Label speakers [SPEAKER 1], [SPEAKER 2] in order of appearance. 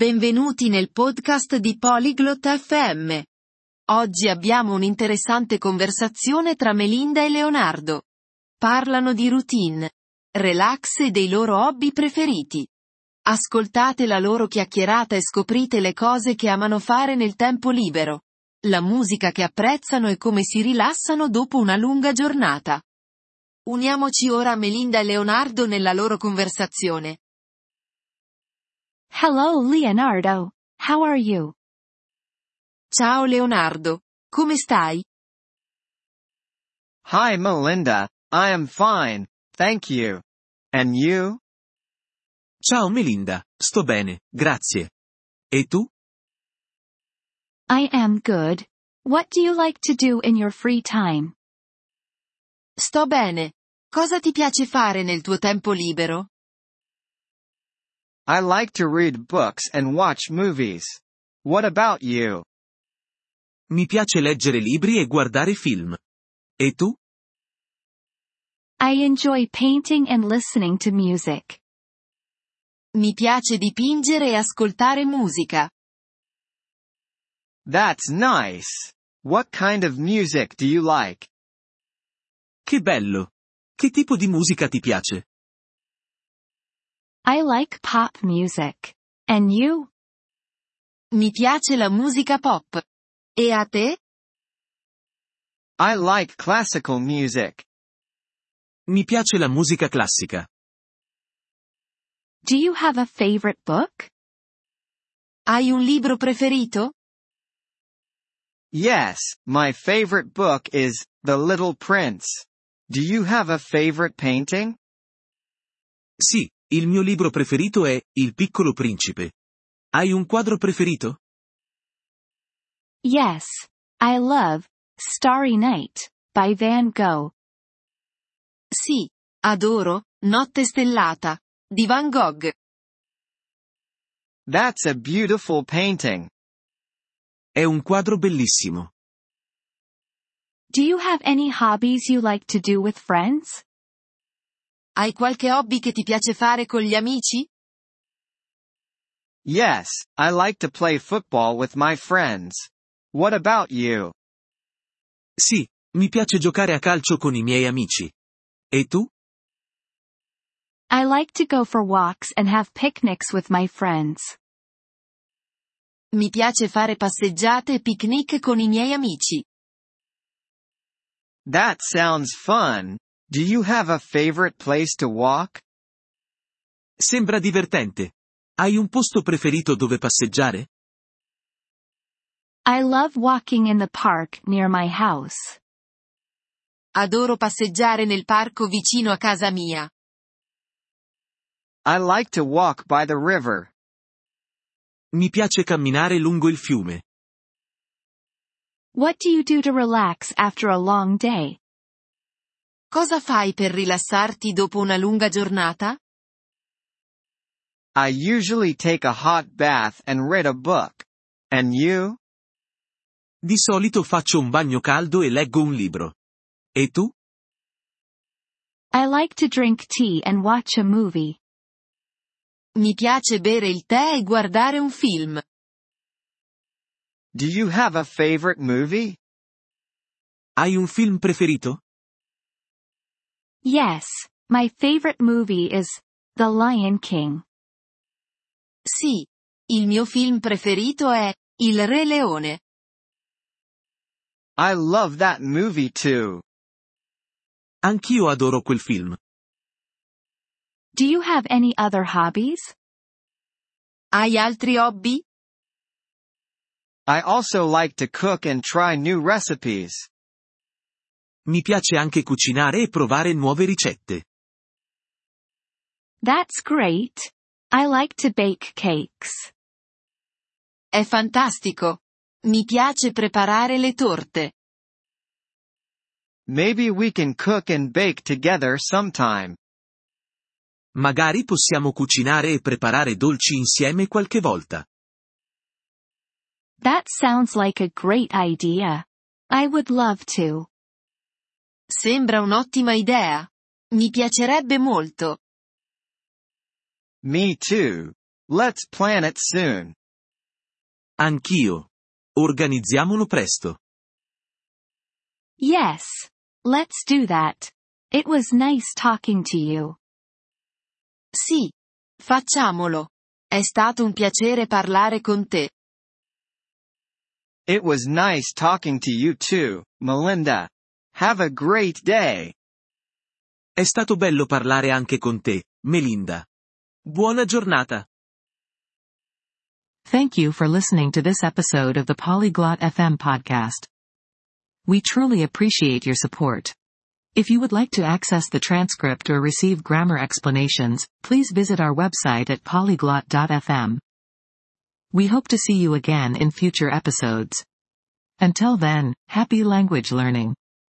[SPEAKER 1] Benvenuti nel podcast di Polyglot FM. Oggi abbiamo un'interessante conversazione tra Melinda e Leonardo. Parlano di routine, relax e dei loro hobby preferiti. Ascoltate la loro chiacchierata e scoprite le cose che amano fare nel tempo libero, la musica che apprezzano e come si rilassano dopo una lunga giornata. Uniamoci ora a Melinda e Leonardo nella loro conversazione.
[SPEAKER 2] Hello, Leonardo. How are you?
[SPEAKER 1] Ciao Leonardo, come stai?
[SPEAKER 3] Hi Melinda, I am fine, thank you. And you?
[SPEAKER 4] Ciao Melinda, sto bene, grazie. E tu?
[SPEAKER 2] I am good. What do you like to do in your free time?
[SPEAKER 1] Sto bene. Cosa ti piace fare nel tuo tempo libero?
[SPEAKER 3] I like to read books and watch movies. What about you?
[SPEAKER 4] Mi piace leggere libri e guardare film. E tu?
[SPEAKER 2] I enjoy painting and listening to music.
[SPEAKER 1] Mi piace dipingere e ascoltare musica.
[SPEAKER 3] That's nice. What kind of music do you like?
[SPEAKER 4] Che bello! Che tipo di musica ti piace?
[SPEAKER 2] I like pop music. And you?
[SPEAKER 1] Mi piace la musica pop. E a te?
[SPEAKER 3] I like classical music.
[SPEAKER 4] Mi piace la musica classica.
[SPEAKER 2] Do you have a favorite book?
[SPEAKER 1] Hai un libro preferito?
[SPEAKER 3] Yes, my favorite book is The Little Prince. Do you have a favorite painting?
[SPEAKER 4] Sì, il mio libro preferito è Il piccolo principe. Hai un quadro preferito?
[SPEAKER 2] Yes. I love Starry Night by Van Gogh.
[SPEAKER 1] Sì, adoro Notte stellata di Van Gogh.
[SPEAKER 3] That's a beautiful painting.
[SPEAKER 4] È un quadro bellissimo.
[SPEAKER 2] Do you have any hobbies you like to do with friends?
[SPEAKER 1] Hai qualche hobby che ti piace fare con gli amici?
[SPEAKER 3] Yes, I like to play football with my friends. What about you?
[SPEAKER 4] Sì, mi piace giocare a calcio con i miei amici. E tu?
[SPEAKER 2] I like to go for walks and have picnics with my friends.
[SPEAKER 1] Mi piace fare passeggiate e picnic con i miei amici.
[SPEAKER 3] That sounds fun. Do you have a favorite place to walk?
[SPEAKER 4] Sembra divertente. Hai un posto preferito dove passeggiare?
[SPEAKER 2] I love walking in the park near my house.
[SPEAKER 1] Adoro passeggiare nel parco vicino a casa mia.
[SPEAKER 3] I like to walk by the river.
[SPEAKER 4] Mi piace camminare lungo il fiume.
[SPEAKER 2] What do you do to relax after a long day?
[SPEAKER 1] Cosa fai per rilassarti dopo una lunga giornata?
[SPEAKER 3] I usually take a hot bath and read a book. And you?
[SPEAKER 4] Di solito faccio un bagno caldo e leggo un libro. E tu?
[SPEAKER 2] I like to drink tea and watch a movie.
[SPEAKER 1] Mi piace bere il tè e guardare un film.
[SPEAKER 3] Do you have a favorite movie?
[SPEAKER 4] Hai un film preferito?
[SPEAKER 2] Yes, my favorite movie is The Lion King.
[SPEAKER 1] Sì. Il mio film preferito è Il Re Leone.
[SPEAKER 3] I love that movie too.
[SPEAKER 4] Anch'io adoro quel film.
[SPEAKER 2] Do you have any other hobbies?
[SPEAKER 1] Hai altri hobby?
[SPEAKER 3] I also like to cook and try new recipes.
[SPEAKER 4] Mi piace anche cucinare e provare nuove ricette.
[SPEAKER 2] That's great. I like to bake cakes.
[SPEAKER 1] È fantastico. Mi piace preparare le torte.
[SPEAKER 3] Maybe we can cook and bake together sometime.
[SPEAKER 4] Magari possiamo cucinare e preparare dolci insieme qualche volta.
[SPEAKER 2] That sounds like a great idea. I would love to.
[SPEAKER 1] Sembra un'ottima idea. Mi piacerebbe molto.
[SPEAKER 3] Me too. Let's plan it soon.
[SPEAKER 4] Anch'io. Organizziamolo presto.
[SPEAKER 2] Yes. Let's do that. It was nice talking to you.
[SPEAKER 1] Sì. Facciamolo. È stato un piacere parlare con te.
[SPEAKER 3] It was nice talking to you too, Melinda. Have a great day.
[SPEAKER 4] È stato bello parlare anche con te, Melinda. Buona giornata.
[SPEAKER 5] Thank you for listening to this episode of the Polyglot FM podcast. We truly appreciate your support. If you would like to access the transcript or receive grammar explanations, please visit our website at polyglot.fm. We hope to see you again in future episodes. Until then, happy language learning.